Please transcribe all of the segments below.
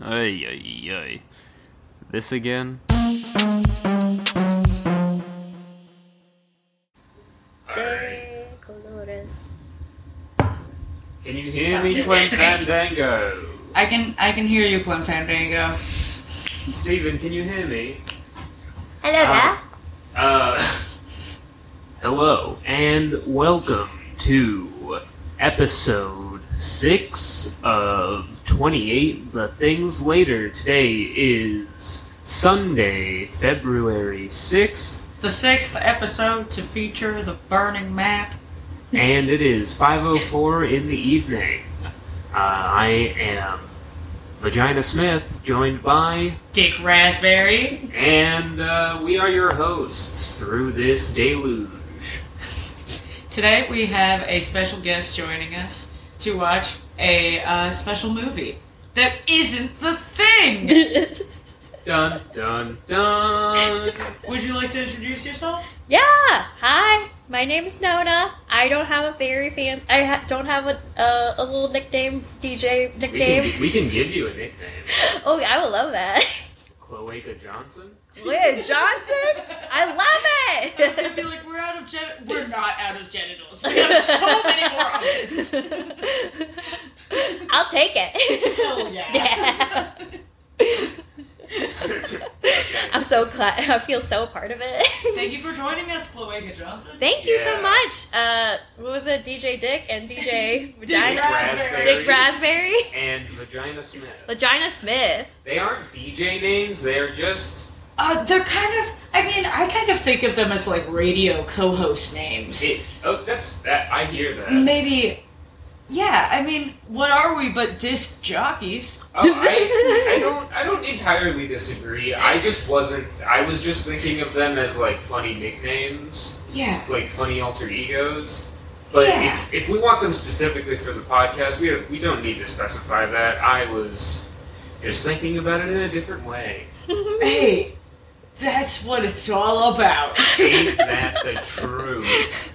Ay, ay, ay. This again? De colores. Can you hear Sounds me, good. Clem Fandango? I can I can hear you, Glen Fandango. Steven, can you hear me? Hello Um, Uh, hello, and welcome to episode 6 of 28 The Things Later. Today is Sunday, February 6th, The sixth episode to feature the burning map. and it is 5.04 in the evening. Uh, I am Vagina Smith, joined by Dick Raspberry. And uh, we are your hosts through this deluge. Today we have a special guest joining us to watch a uh, special movie that isn't the thing. Dun dun dun. Would you like to introduce yourself? yeah. Hi. My name's Nona. I don't have a very fan. I ha- don't have a uh, a little nickname, DJ We can, nickname. gi- we can give you a nickname, oh, I would love that. Cloaca Johnson. Leah Johnson? I love I was it! gonna be like, we're out of gen- we're not out of genitals. We have so many more options. I'll take it. Hell yeah. Yeah. I'm so glad. I feel so a part of it. Thank you for joining us, Cloaca Johnson. Thank you Yeah. so much. Uh, what was it? DJ Dick and DJ Dick Vagina. Raspberry Dick Raspberry. and Vagina Smith. Vagina Smith. They aren't DJ names. They are just Uh, they're kind of. I mean, I kind of think of them as like radio co-host names. it, uh, oh, that's that. I hear that. Maybe. Yeah, I mean, what are we but disc jockeys? Oh, I, I don't. I don't entirely disagree. I just wasn't. I was just thinking of them as like funny nicknames. Yeah. like funny alter egos. But Yeah. if, if we want them specifically for the podcast, we we don't need to specify that. I was just thinking about it in a different way. Hey, that's what it's all about. Ain't that the truth?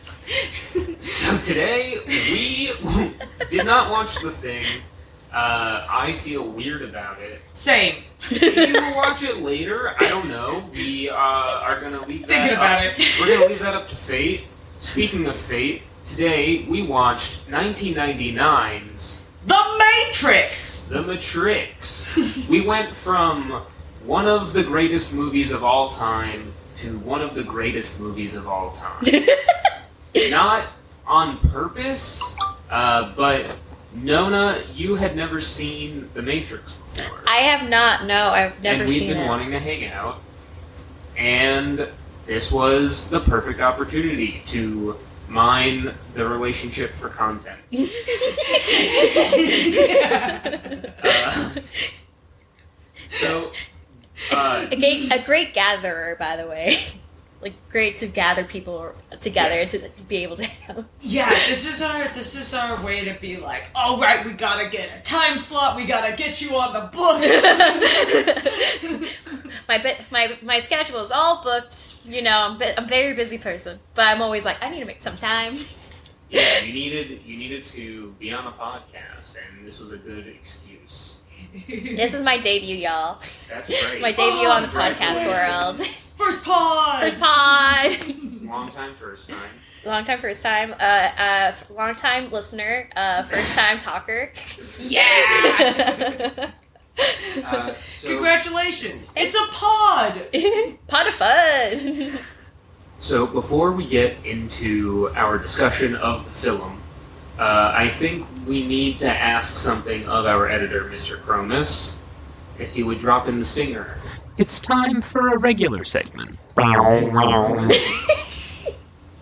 So today we did not watch the thing. Uh, I feel weird about it. Same. Maybe we'll watch it later. I don't know. We uh, are gonna leave that up- Thinking about it. We're gonna leave that up to fate. Speaking of fate, today we watched 1999's The Matrix. The Matrix. we went from one of the greatest movies of all time to one of the greatest movies of all time. Not on purpose, uh, but Nona, you had never seen The Matrix before I have not. No, I've never and we've seen been it. wanting to hang out. And this was the perfect opportunity to mine the relationship for content. Uh, so, uh, a, ga- a great gatherer, by the way. Like great to gather people together Yes. to be able to hang out. Yeah, this is our this is our way to be like, all right, we gotta get a time slot. We gotta get you on the books. my bit, my my schedule is all booked. You know, I'm bu- I'm a very busy person, but I'm always like I need to make some time. yeah, you needed you needed to be on a podcast, and this was a good excuse. This is my debut, y'all. That's great. My debut Oh, on the podcast world. congratulations. First pod. First pod. Long time, first time. Long time, first time. Uh, uh, long time listener. Uh, first time talker. Yeah. Uh, so, Congratulations. It's a pod. Pot of fun. So before we get into our discussion of the film, uh, I think we need to ask something of our editor, Mr. Chromis, if he would drop in the stinger. It's time for a regular segment.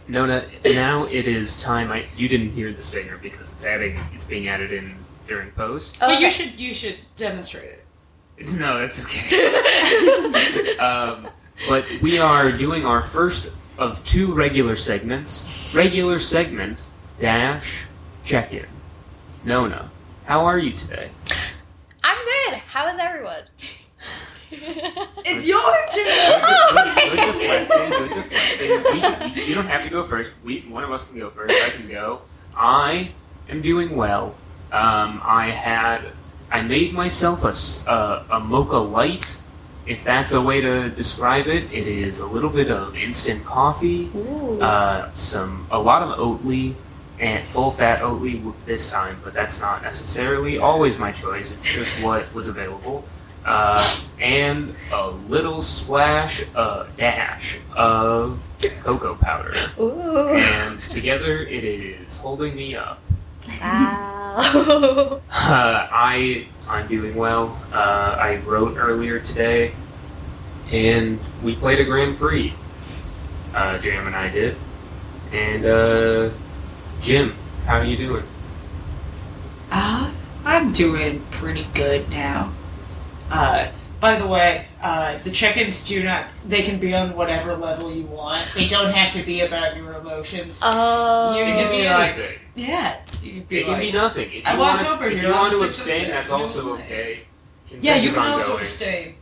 Nona, now it is time. I you didn't hear the stinger because it's adding. It's being added in during post. But you Okay. should you should demonstrate it. No, that's okay. um, but we are doing our first of two regular segments. Regular segment dash check in. Nona, how are you today? I'm good. How is everyone? It's your Good, good, turn. good deflecting, good deflecting. We, you don't have to go first. We, one of us can go first. I can go. I am doing well. Um, I had. I made myself a, s- a- a mocha light. If that's a way to describe it, it is a little bit of instant coffee, Ooh. uh, some a lot of Oatly, and full fat Oatly w- this time, but that's not necessarily always my choice. It's just what was available, uh, and a little splash, uh, dash of cocoa powder, Ooh. and together it is holding me up. Wow. Uh, I I'm doing well. Uh, I wrote earlier today, and we played a Grand Prix. Uh, Jam and I did, and uh, Jim, how are you doing? Uh, I'm doing pretty good now. Uh, by the way, uh, the check-ins do not, they can be on whatever level you want. They don't have to be about your emotions. oh. You It can can just be be like- anything. yeah. you It can be nothing. If I you walked want to, over if here you on want the to 606, abstain, that's and it was also nice. okay. yeah, Consent you is can also ongoing. abstain.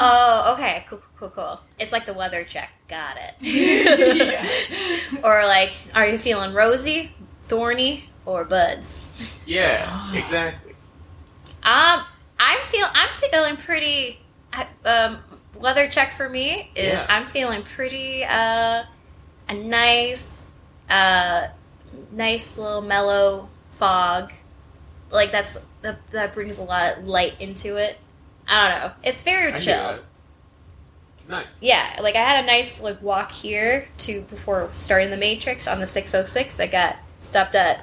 Oh, okay. Cool, cool, cool, cool. It's like the weather check. Got it. yeah. Or like, are you feeling rosy, thorny, or buds? Yeah, exactly. Um, I'm feel I'm feeling pretty. I- Um, weather check for me is Yeah. I'm feeling pretty. Uh, a nice, uh, nice little mellow fog. Like that's that, that brings a lot of light into it. I don't know. It's I very can do chill. that. Nice. yeah like i had a nice like walk here to before starting the matrix on the 606 i got stopped at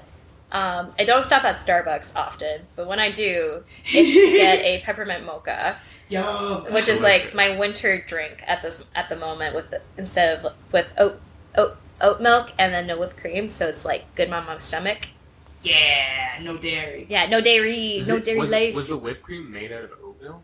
um, i don't stop at starbucks often but when i do it's to get a peppermint mocha Yum. which is like Delicious. my winter drink at this at the moment with the, instead of with oat oat oat milk and then no whipped cream so it's like good on my stomach Yeah, no dairy. yeah no dairy Was no it- dairy was, life was the whipped cream made out of oat milk?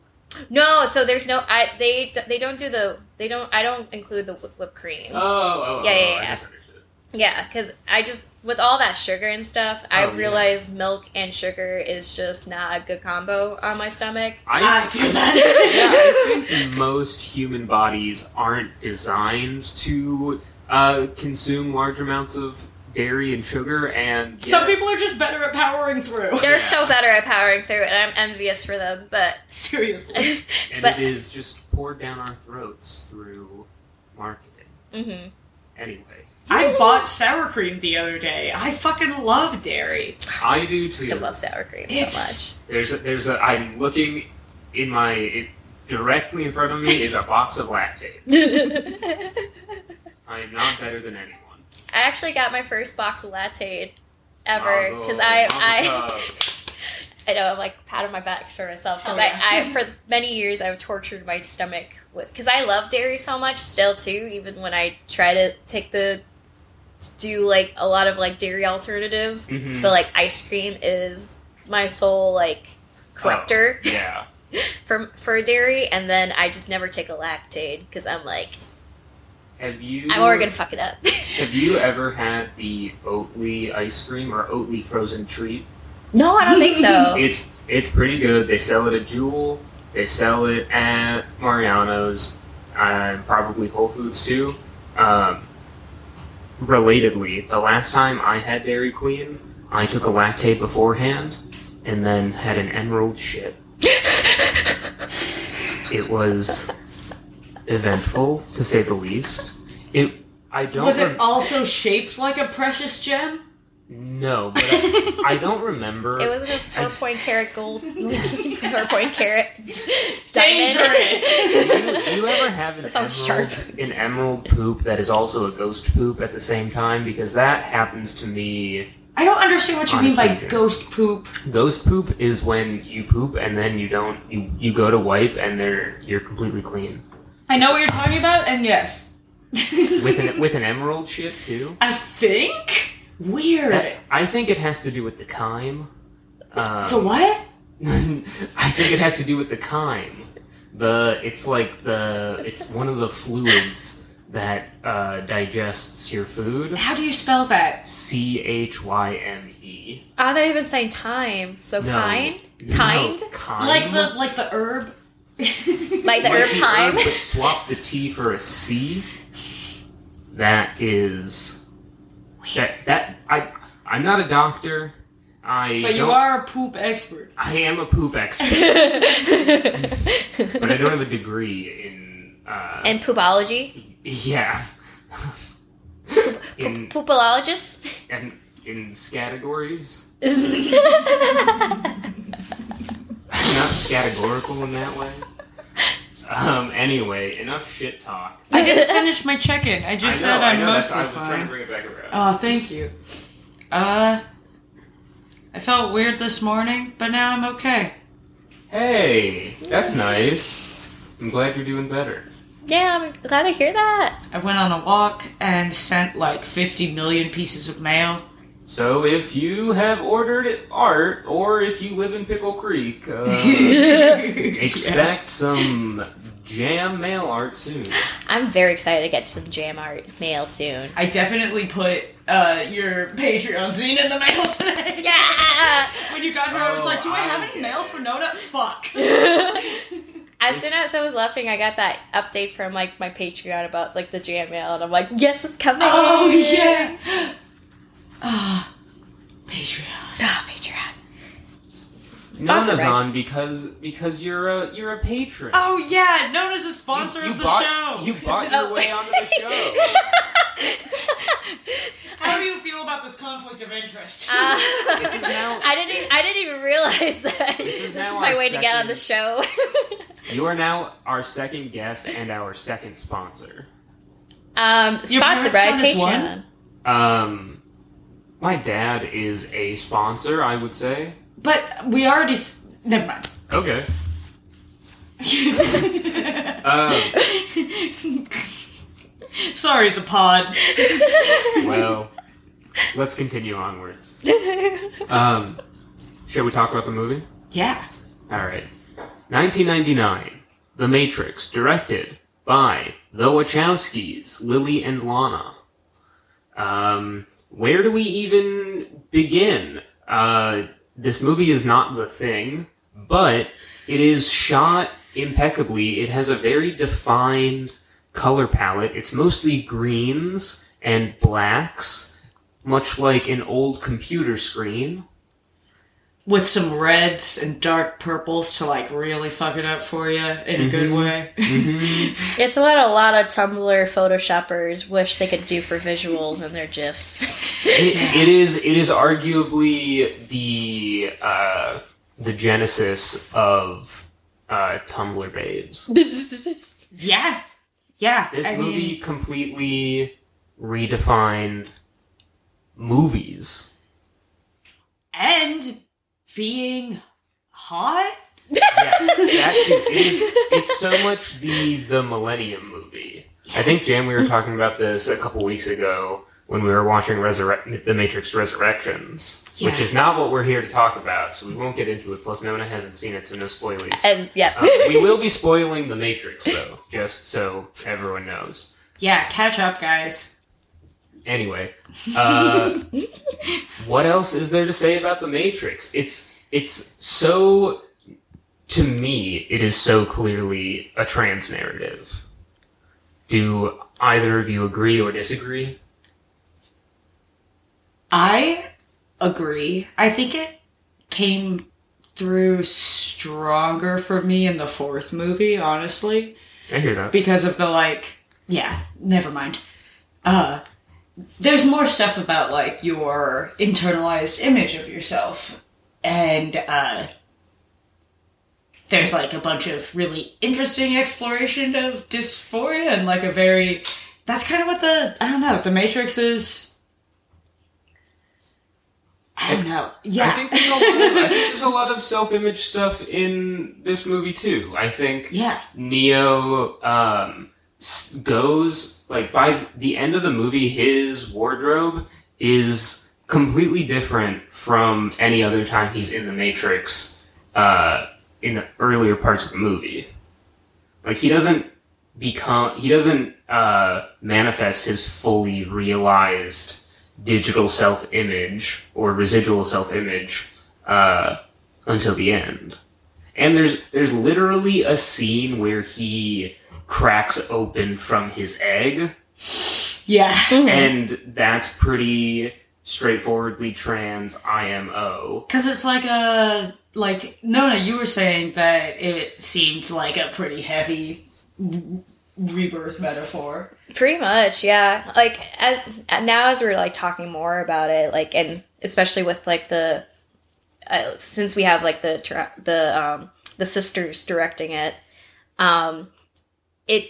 no so there's no i they they don't do the they don't i don't include the whi- whipped cream Oh, oh, Yeah, oh, yeah, I yeah. misunderstood. Yeah, because I just with all that sugar and stuff, I Oh, yeah. realize milk and sugar is just not a good combo on my stomach. I I, feel yeah, that. I think most human bodies aren't designed to uh, consume large amounts of dairy and sugar, and Some people are just better at powering through. They're Yeah. so better at powering through, and I'm envious for them. But Seriously. mm-hmm. and but- it is just poured down our throats through marketing. mm-hmm. Anyway, I bought sour cream the other day. I fucking love dairy. I do I too. love sour cream It's- so There's a, there's a I'm looking in my it, directly in front of me is a box of lactate. much. I am not better than anyone. I actually got my first box of latte ever Mazel, because I mazel I. tov. I know I'm uh, like patting my back for myself because Hell yeah. I, I for many years I've tortured my stomach with because I love dairy so much still too even when I try to take the to do like a lot of like dairy alternatives Mhm. but like ice cream is my sole like corruptor Yeah. for for dairy and then I just never take a lactaid because I'm like Have you? I'm already gonna fuck it up. Have you ever had the Oatly ice cream or Oatly frozen treat? no, I don't think so. It's it's pretty good. They sell it at Jewel. They sell it at Mariano's and probably Whole Foods too. Um, relatedly, the last time I had Dairy Queen, I took a lactate beforehand and then had an emerald shit. It was eventful to say the least. It I don't Was rem- it also shaped like a precious gem? No, but I, I don't remember. It was a four point carat gold, four point carat. diamond. Dangerous! Do you, do you ever have an That sounds emerald, an emerald poop that is also a ghost poop at the same time? Because that happens to me. I don't understand what you On mean by occasion. ghost poop. Ghost poop is when you poop and then you don't. You, you go to wipe and they're you're completely clean I know what you're talking about, and yes. with an with an emerald shit too. I think? Weird. That- I think it has to do with the chyme. Uh, so what? I think it has to do with the chyme. The it's like the it's one of the fluids that uh, digests your food. How do you spell that? C H Y M E. Ah, I thought you been saying time. So No. kind? No, Kind? kind. Like the like the herb? Like the herb time? but swap the T for a C. That is that that I I'm not a doctor. I But you don't- are a poop expert. I am a poop expert, but I don't have a degree in. Uh, and poopology, yeah, in poopologist. and in categories. I'm not categorical in that way. Um. Anyway, enough shit talk. I didn't finish my check-in. I just I know, said I I'm know, that's- I mostly was trying to fine. bring it back around. Oh, thank you. Uh, I felt weird this morning, but now I'm okay. Hey, that's nice. I'm glad you're doing better. yeah, I'm glad to hear that. I went on a walk and sent like 50 million pieces of mail. So if you have ordered art, or if you live in Pickle Creek, uh, expect some jam mail art soon. I'm very excited to get some jam art mail soon. I definitely put uh, your Patreon scene in the mail today. Yeah. When you got here, I was Oh, like, do I have I any get mail it. for Nona? Fuck. As soon as I was laughing, I got that update from like my Patreon about like the jam mail, and I'm like, yes, it's coming. oh, yeah. Ah, Patreon. Ah, Patreon. Sponsor, Nana's right? on because because you're a you're a patron. Oh, yeah. Nona's a sponsor you of the bought, show. You bought Oh. your way onto the show. How do you feel about this conflict of interest? Uh, This is now- I didn't. e, I didn't even realize that. This is is, now my our way to get on the show. you are now our second guest and our second sponsor. um, Your sponsored by parents count as one? Patreon. Um, my dad is a sponsor, I would say. but we already. S- Never mind. Okay. Um, Sorry, the pod. well, let's continue onwards. Um, shall we talk about the movie? Yeah. All right. 1999. The Matrix, directed by the Wachowskis, Lily and Lana. Um, where do we even begin? Uh, this movie is not the thing, but it is shot impeccably. It has a very defined color palette. It's mostly greens and blacks, much like an old computer screen. With some reds and dark purples to like really fuck it up for you in a good way. Mm-hmm. It's what a lot of Tumblr photoshoppers wish they could do for visuals in their gifs. it, it is it is arguably the uh, the genesis of uh, Tumblr babes. yeah. Yeah. This I mean, movie completely redefined movies. and being hot? Yeah, that is, it is, it's so much the the Millennium movie. I think Jam, we were talking about this a couple weeks ago when we were watching Resurre- The Matrix Resurrections, which Yeah. is not what we're here to talk about, so we won't get into it. Plus, Nona hasn't seen it, so no spoilers. and yeah, Um, we will be spoiling The Matrix, though, just so everyone knows. Yeah, catch up, guys. Anyway, uh, what else is there to say about The Matrix? It's it's so to me, it is so clearly a trans narrative. Do either of you agree or disagree? I agree. I think it came through stronger for me in the fourth movie, honestly. I hear that. because of the like yeah never mind uh there's more stuff about like your internalized image of yourself and uh there's like a bunch of really interesting exploration of dysphoria and like a very that's kind of what the i don't know the matrix is i don't know yeah I think there's a lot of, I think there's a lot of self-image stuff in this movie too. I think yeah Neo um, s- goes like by the end of the movie, his wardrobe is completely different from any other time he's in the Matrix uh, in the earlier parts of the movie. Like he doesn't become, he doesn't uh, manifest his fully realized digital self image or residual self image uh, until the end. And there's there's literally a scene where he cracks open from his egg, yeah Mm-hmm. and that's pretty straightforwardly trans IMO. Because it's like a like no no you were saying that it seemed like a pretty heavy w- rebirth metaphor. Pretty much, yeah. Like as now as we're like talking more about it, like and especially with like the uh, since we have like the tra- the um the sisters directing it, um it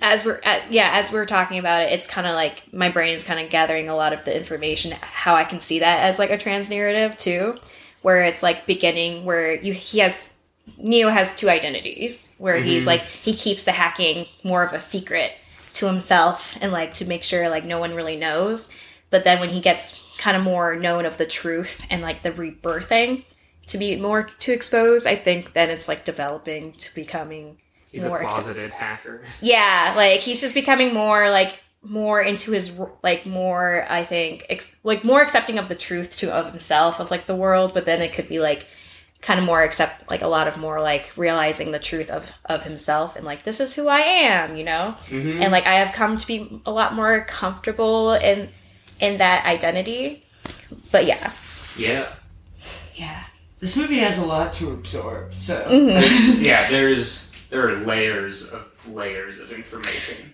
as we're at, yeah as we're talking about it, it's kind of like my brain is kind of gathering a lot of the information how I can see that as like a trans narrative too, where it's like beginning where you he has Neo has two identities where he's Mm-hmm. like he keeps the hacking more of a secret to himself and like to make sure like no one really knows. But then when he gets kind of more known of the truth and like the rebirthing to be more to expose, I think then it's like developing to becoming He's more a ex- closeted hacker. yeah, like he's just becoming more like more into his r- like more I think ex- like more accepting of the truth to of himself of like the world, but then it could be like kind of more accept like a lot of more like realizing the truth of of himself and like this is who I am, you know? Mhm. And like I have come to be a lot more comfortable in in that identity. But yeah. Yeah. Yeah, this movie has a lot to absorb. So Yeah, there's there are layers of layers of information.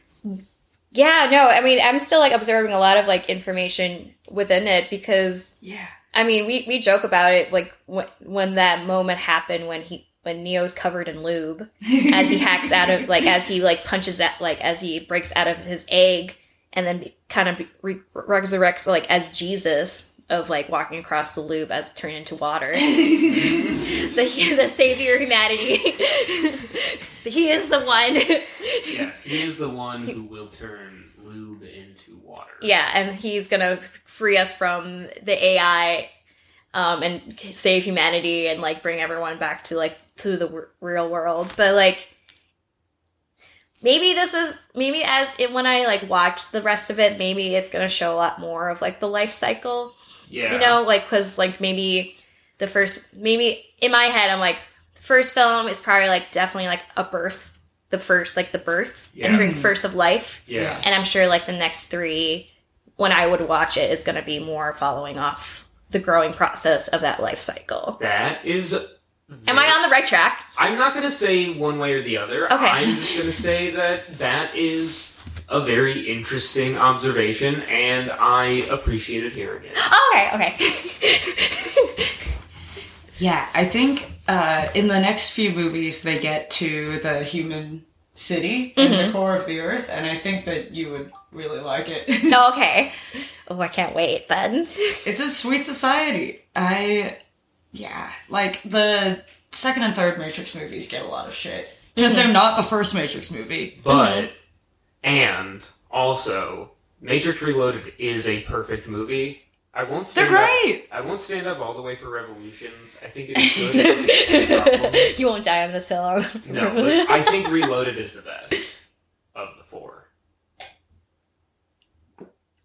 Yeah, no, I mean, I'm still like observing a lot of like information within it because yeah, I mean, we, we joke about it like when, when that moment happened when he when Neo's covered in lube as he hacks out of like as he like punches at like as he breaks out of his egg and then kind of re- resurrects like as Jesus of like walking across the lube as turned into water. the the savior of humanity. he is the one. Yes, he is the one who will turn lube into water. Yeah, and he's gonna free us from the AI, um, and save humanity and like bring everyone back to like to the w- real world. But like, maybe this is maybe as it, when I like watch the rest of it, maybe it's gonna show a lot more of like the life cycle Yeah. you know like because like maybe the first maybe in my head i'm like the first film is probably like definitely like a birth the first like the birth Yeah. entering first of life Yeah. and i'm sure like the next three when i would watch it it's going to be more following off the growing process of that life cycle That is am i on the right track I'm not going to say one way or the other. Okay. I'm just going to say that that is a very interesting observation, and I appreciated hearing it. oh, okay okay yeah. I think uh, in the next few movies they get to the human city in the core of the earth, and I think that you would really like it. no okay oh i can't wait then it's a sweet society. I, yeah, like the second and third Matrix movies get a lot of shit because they're not the first Matrix movie. But, and also, Matrix Reloaded is a perfect movie. I won't They're stand great. Up, I won't stand up all the way for Revolutions. I think it's good. I don't think it's a problem. you won't die on this hill No, but I think Reloaded is the best of the four.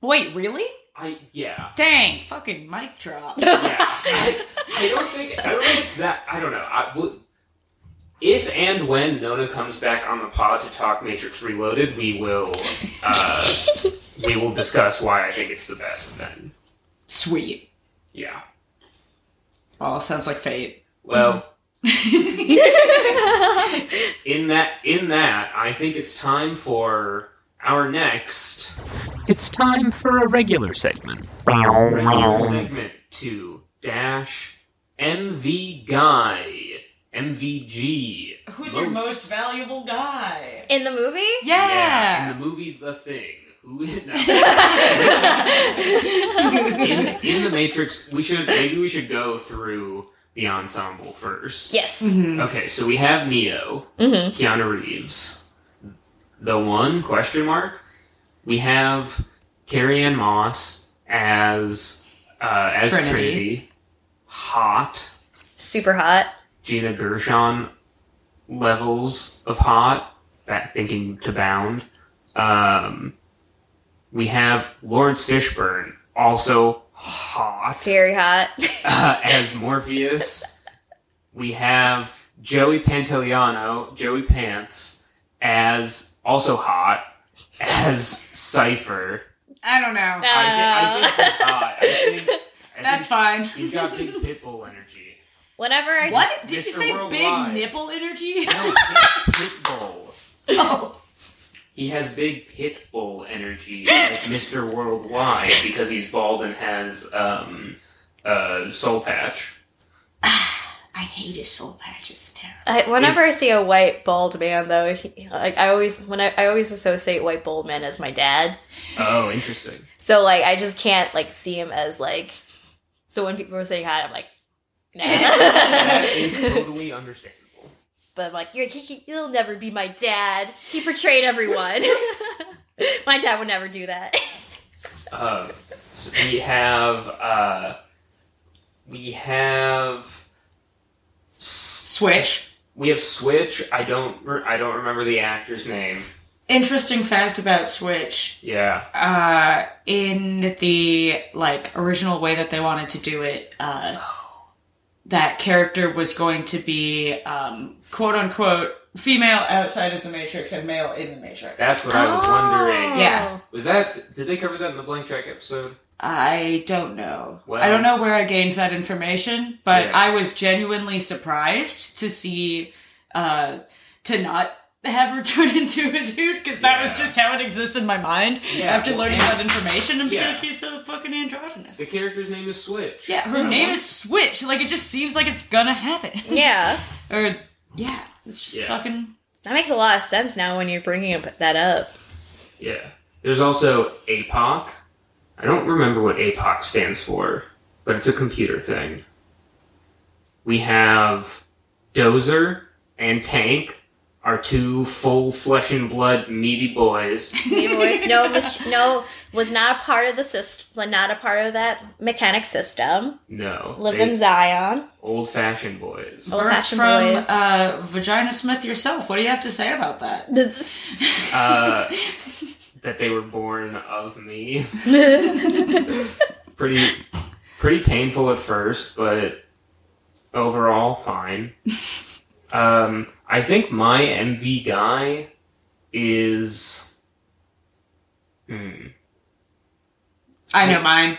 Wait, really? I yeah. Dang, fucking mic drop. yeah. I, I don't think I don't think it's that. I don't know. I, w- if and when Nona comes back on the pod to talk Matrix Reloaded, we will uh, we will discuss why I think it's the best. Then, Sweet. yeah. Well, sounds like fate. Well, Mm-hmm. in that in that, I think it's time for our next It's time for a regular segment. regular segment to dash MV guy MVG. Who's your most valuable guy? in the movie Yeah, in Yeah. the movie The Thing. Who is in, in the Matrix? We should maybe we should go through the ensemble first. yes Mm-hmm. Okay, so we have Neo, Mhm. Keanu Reeves, the one question mark. We have Carrie Ann Moss as uh, as Trinity. Trinity. hot super hot Gina Gershon levels of hot. Back thinking to Bound. Um, we have Lawrence Fishburne, also hot Very hot. uh, as Morpheus. We have Joey Pantoliano, Joey Pants, as also hot as Cipher. I don't know. Nah. I, thi- I think he's hot. I think, I Uh. That's think fine. He's got big pitbull energy. Whenever I What? Did you Mr. say Worldwide. big nipple energy? No, pit, pitbull. oh. He has big pitbull energy, like Mr. Worldwide, because he's bald and has um, uh, soul patch. I hate his soul patch. It's terrible. I, whenever I see a white bald man, though, he, like I always when I, I always associate white bald men as my dad. Oh, interesting. So like I just can't like see him as like. So when people were saying hi, I'm like, That nah. is totally understandable. but I'm like, you're, he, he- he'll never be my dad. He portrayed everyone. my dad would never do that. Um, so we have uh, we have Switch. we have Switch. I don't re- I don't remember the actor's name. Interesting fact about Switch. Yeah. uh, in the like original way that they wanted to do it, uh, that character was going to be um, quote unquote female outside of the Matrix and male in the Matrix. That's what I was Oh. wondering. Yeah. Was that did they cover that in the Blank Track episode? I don't know. Wow. I don't know where I gained that information, but Yeah. I was genuinely surprised to see uh, to not have her turn into a dude because that was Yeah. just how it exists in my mind Yeah, after well, learning and- that information and because Yeah. she's so fucking androgynous. The character's name is Switch. Yeah, her name is Switch. Like it just seems like it's gonna happen. Yeah, or yeah, it's just Yeah. fucking. that makes a lot of sense now when you're bringing up- that up. Yeah. There's also APOC. I don't remember what APOC stands for, but it's a computer thing. We have Dozer and Tank are two full flesh and blood meaty boys. He was no, mach- no, was not a part of the system, not a part of that mechanic system. No. Lived in they- Zion. Old fashioned boys. Old Birth fashioned from boys. uh, Vagina Smith yourself. What do you have to say about that? Uh, that they were born of me. pretty pretty painful at first, but overall fine. Um, I think my MV guy is. Hmm. I know mine.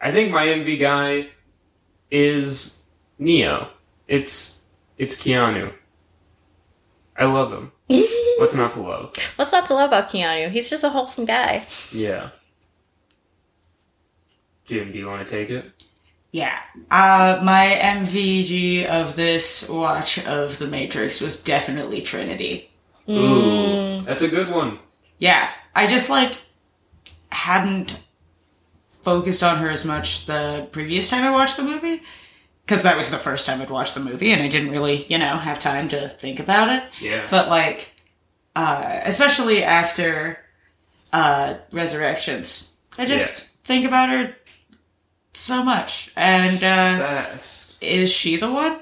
I think my MV guy is Neo. It's it's Keanu. I love him. What's not to love? What's not to love about Keanu? He's just a wholesome guy. Yeah. Jim, do you want to take it? Yeah. Uh, my MVG of this watch of The Matrix was definitely Trinity. Ooh, that's a good one. Yeah, I just like hadn't focused on her as much the previous time I watched the movie because that was the first time I'd watched the movie and I didn't really, you know, have time to think about it. Yeah. but like uh especially after uh resurrections i just think about her so much and uh Best. is she the one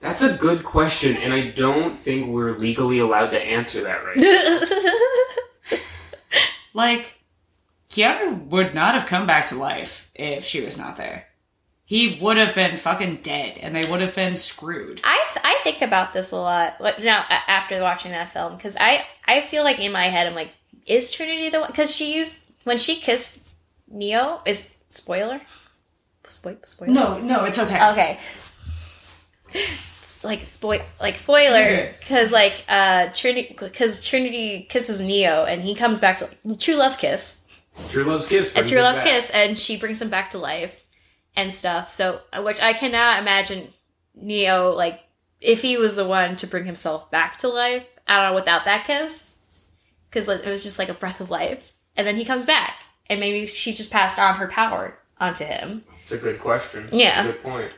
That's a good question, and I don't think we're legally allowed to answer that right now. like keanu would not have come back to life if she was not there he would have been fucking dead and they would have been screwed I I think about this a lot like, now a- after watching that film because I I feel like in my head I'm like, is Trinity the one? Because she used when she kissed Neo is spoiler. Spoil spoiler. no no it's okay Okay. S- Like spoil like spoiler Okay. because like uh Trinity because Trinity kisses Neo and he comes back to true love kiss. True Love's Kiss. It's brings true it love back. kiss and she brings him back to life and stuff. So uh, which I cannot imagine Neo like if he was the one to bring himself back to life. I don't know without that kiss because it was just like a breath of life. And then he comes back and maybe she just passed on her power onto him. It's a good question. Yeah. It's a good point.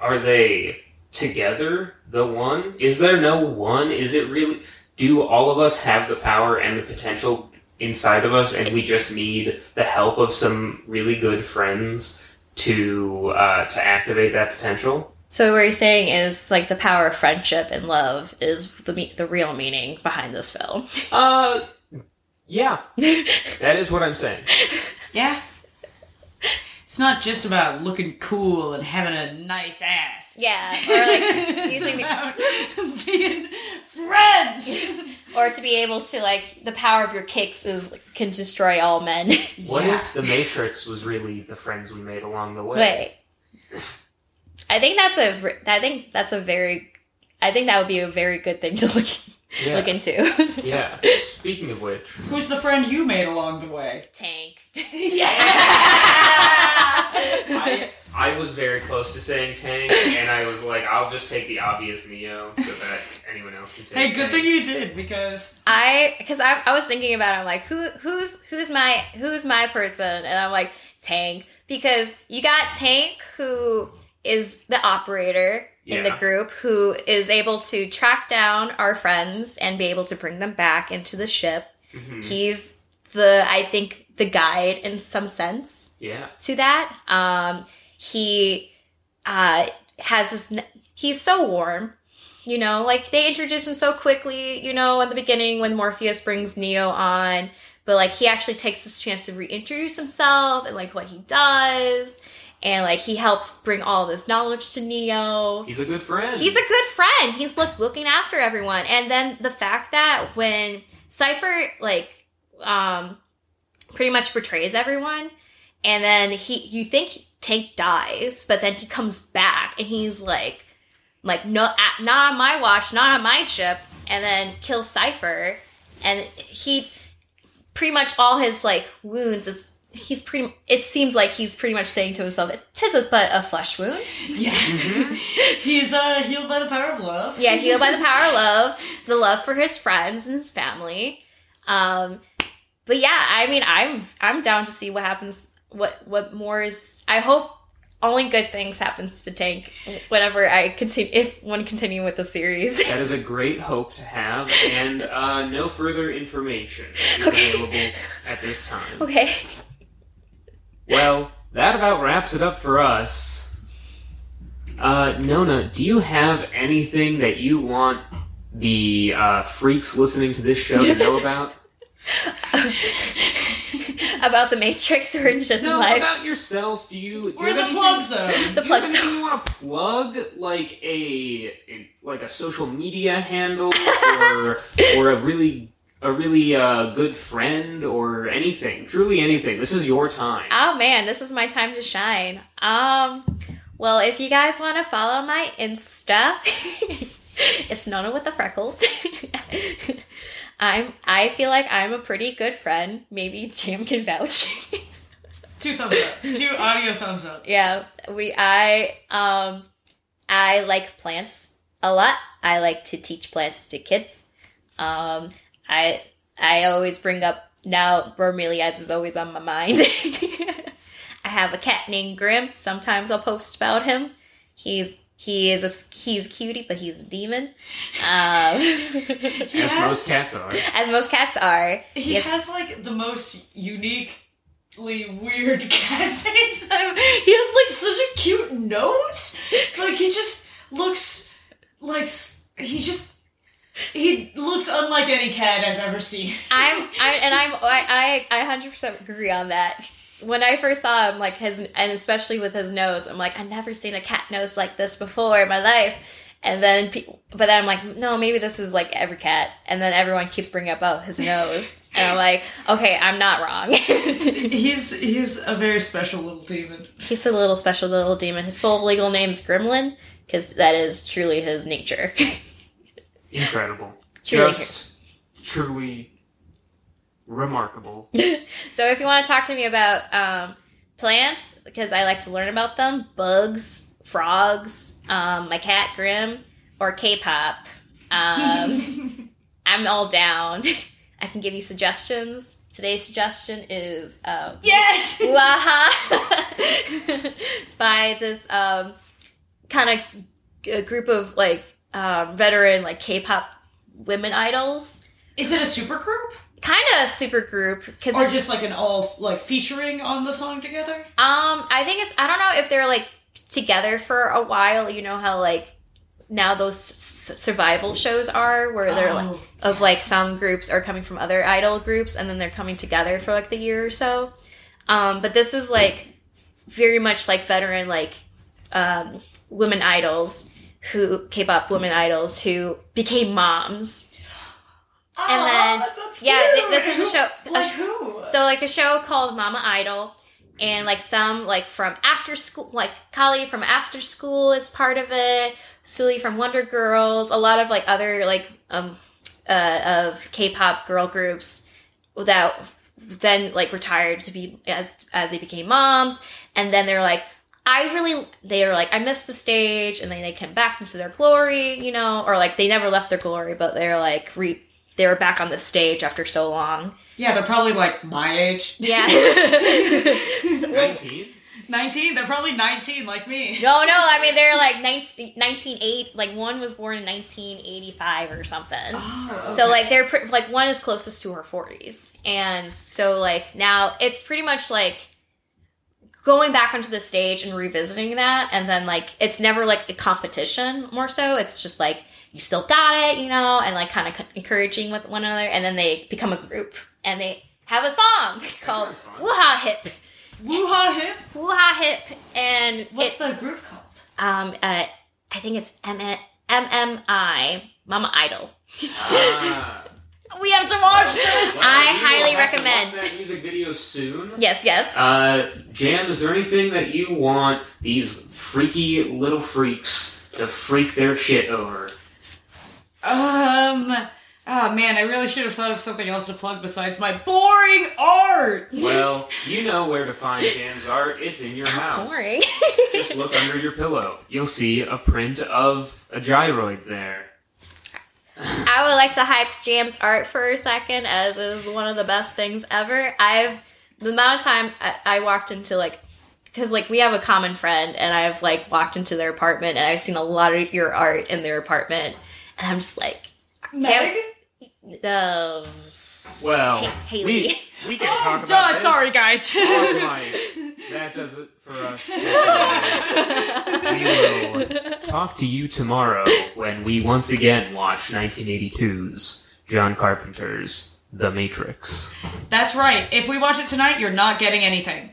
Are they together, the one? Is there no one? Is it really. Do all of us have the power and the potential inside of us, and we just need the help of some really good friends to uh, to activate that potential? So what you're saying is like the power of friendship and love is the me- the real meaning behind this film. Uh, yeah. that is what I'm saying. yeah it's not just about looking cool and having a nice ass Yeah, or like using the about being friends. or to be able to like the power of your kicks is can destroy all men. What yeah. if the Matrix was really the friends we made along the way? Wait, I think that's a re- I think that's a very I think that would be a very good thing to look Yeah. look into. yeah. Speaking of which, Who's the friend you made along the way? Tank. I, I was very close to saying Tank, and I was like, I'll just take the obvious Neo so that anyone else can take. Hey, good Tank. thing you did because I because I, I was thinking about it, I'm like who who's who's my who's my person and I'm like Tank because you got Tank who is the operator in the Yeah. group who is able to track down our friends and be able to bring them back into the ship. Mhm. He's the I think the guide in some sense Yeah. to that. Um, he uh, has this. n- He's so warm. You know, like they introduce him so quickly. You know, in the beginning when Morpheus brings Neo on, but like he actually takes this chance to reintroduce himself and like what he does, and like he helps bring all this knowledge to Neo. He's a good friend. He's a good friend. He's look looking after everyone. And then the fact that when Cypher like um pretty much betrays everyone and then he you think Tank dies, but then he comes back and he's like like no at- not on my watch, not on my ship and then kills Cypher and he pretty much all his like wounds is he's pretty it seems like he's pretty much saying to himself tis a, but a flesh wound yeah, he's uh, healed by the power of love. Yeah, healed by the power of love, the love for his friends and his family. Um, but yeah, I mean, I'm I'm down to see what happens. What what more is? I hope only good things happens to Tank whenever I continue. If one continue with the series, That is a great hope to have, and uh, no further information is Okay. available at this time. okay. Well, that about wraps it up for us. Uh, Nona, do you have anything that you want the uh, freaks listening to this show to know about? About the Matrix or just no, life. about yourself. Do you? do you We're in have anything- the plug zone. The do you have plug anything you want to plug, like a in- like a social media handle, or or a really a really uh, good friend, or anything? Truly, anything. This is your time. Oh man, this is my time to shine. Um, well, if you guys want to follow my Insta, it's Nona with the freckles. I'm. I feel like I'm a pretty good friend. Maybe Jam can vouch. Two thumbs up. Two audio thumbs up. yeah, we. I. Um, I like plants a lot. I like to teach plants to kids. Um, I. I always bring up now. Bromeliads is always on my mind. I have a cat named Grim. Sometimes I'll post about him. He's he is a he's a cutie, but he's a demon, um, He as has, most cats are. as most cats are. he Yes. has like the most uniquely weird cat face. I've- he has like such a cute nose. Like he just looks like s- he just he looks unlike any cat I've ever seen. I'm, I, and I'm, I, I, I hundred percent agree on that. When I first saw him, like his, and especially with his nose, I'm like, I've never seen a cat nose like this before in my life. And then, pe- but then I'm like, no, maybe this is like every cat. And then everyone keeps bringing up, oh, his nose. And I'm like, okay, I'm not wrong. He's he's a very special little demon. He's a little special little demon. His full legal name's Gremlin because that is truly his nature. Incredible. Truly. Just truly remarkable. So if you want to talk to me about um, plants, because I like to learn about them, bugs, frogs, um, my cat Grim, or K-pop, um, I'm all down. I can give you suggestions. Today's suggestion is uh, Yes. Waha by this um, kind of group of like um, veteran like K-pop women idols. Is it a super group Kind of a super group because or just like an all like featuring on the song together? Um, I think it's I don't know if they're like together for a while. You know how like now those s- survival shows are where they're like Oh. of like some groups are coming from other idol groups and then they're coming together for like the year or so. Um, but this is like very much like veteran like um, women idols who K-pop women idols who became moms. Oh, then- that's yeah, th- cute. this is a show- a Like sh- who? So like a show called Mama Idol, and like some like from after school, like Kali from After School is part of it. Suli from Wonder Girls, a lot of like other like um uh, of K-pop girl groups that then like retired to be as as they became moms, and then they're like. I really, they were like, I missed the stage, and then they came back into their glory, you know, or like they never left their glory, but they're like, re- they were back on the stage after so long. yeah, they're probably like my age. Yeah. So, well, 19? Nineteen. They're probably nineteen, like me. no, no. I mean, they're like 19, 1908. Like one was born in 1985 or something. Oh, So like they're pre- like one is closest to her 40s, and so like now it's pretty much like going back onto the stage and revisiting that, and then like it's never like a competition. More so, it's just like you still got it, you know, and like kind of encouraging with one another, and then they become a group and they have a song called sounds fun. "Wooha Hip." Wooha hip. Wooha Hip, and What's it, the group called? um, uh, I think it's M M I Mama Idol. Ah. We have to watch Well, this. I we will highly have to watch recommend. that music video soon. Yes, yes. Uh, Jam, is there anything that you want these freaky little freaks to freak their shit over? Um. Oh man, I really should have thought of something else to plug besides my boring art. Well, you know where to find Jam's art. It's in your How house. boring. Just look under your pillow. You'll see a print of a gyroid there. I would like to hype Jam's art for a second, as is one of the best things ever. I've the amount of time I, I walked into like because like we have a common friend, and I've like walked into their apartment, and I've seen a lot of your art in their apartment, and I'm just like, Meg? the Well, Haley. we, we can talk about Duh, this sorry guys. offline. That does it for us. we will talk to you tomorrow when we once again watch 1982's John Carpenter's The Matrix. That's right. If we watch it tonight, you're not getting anything.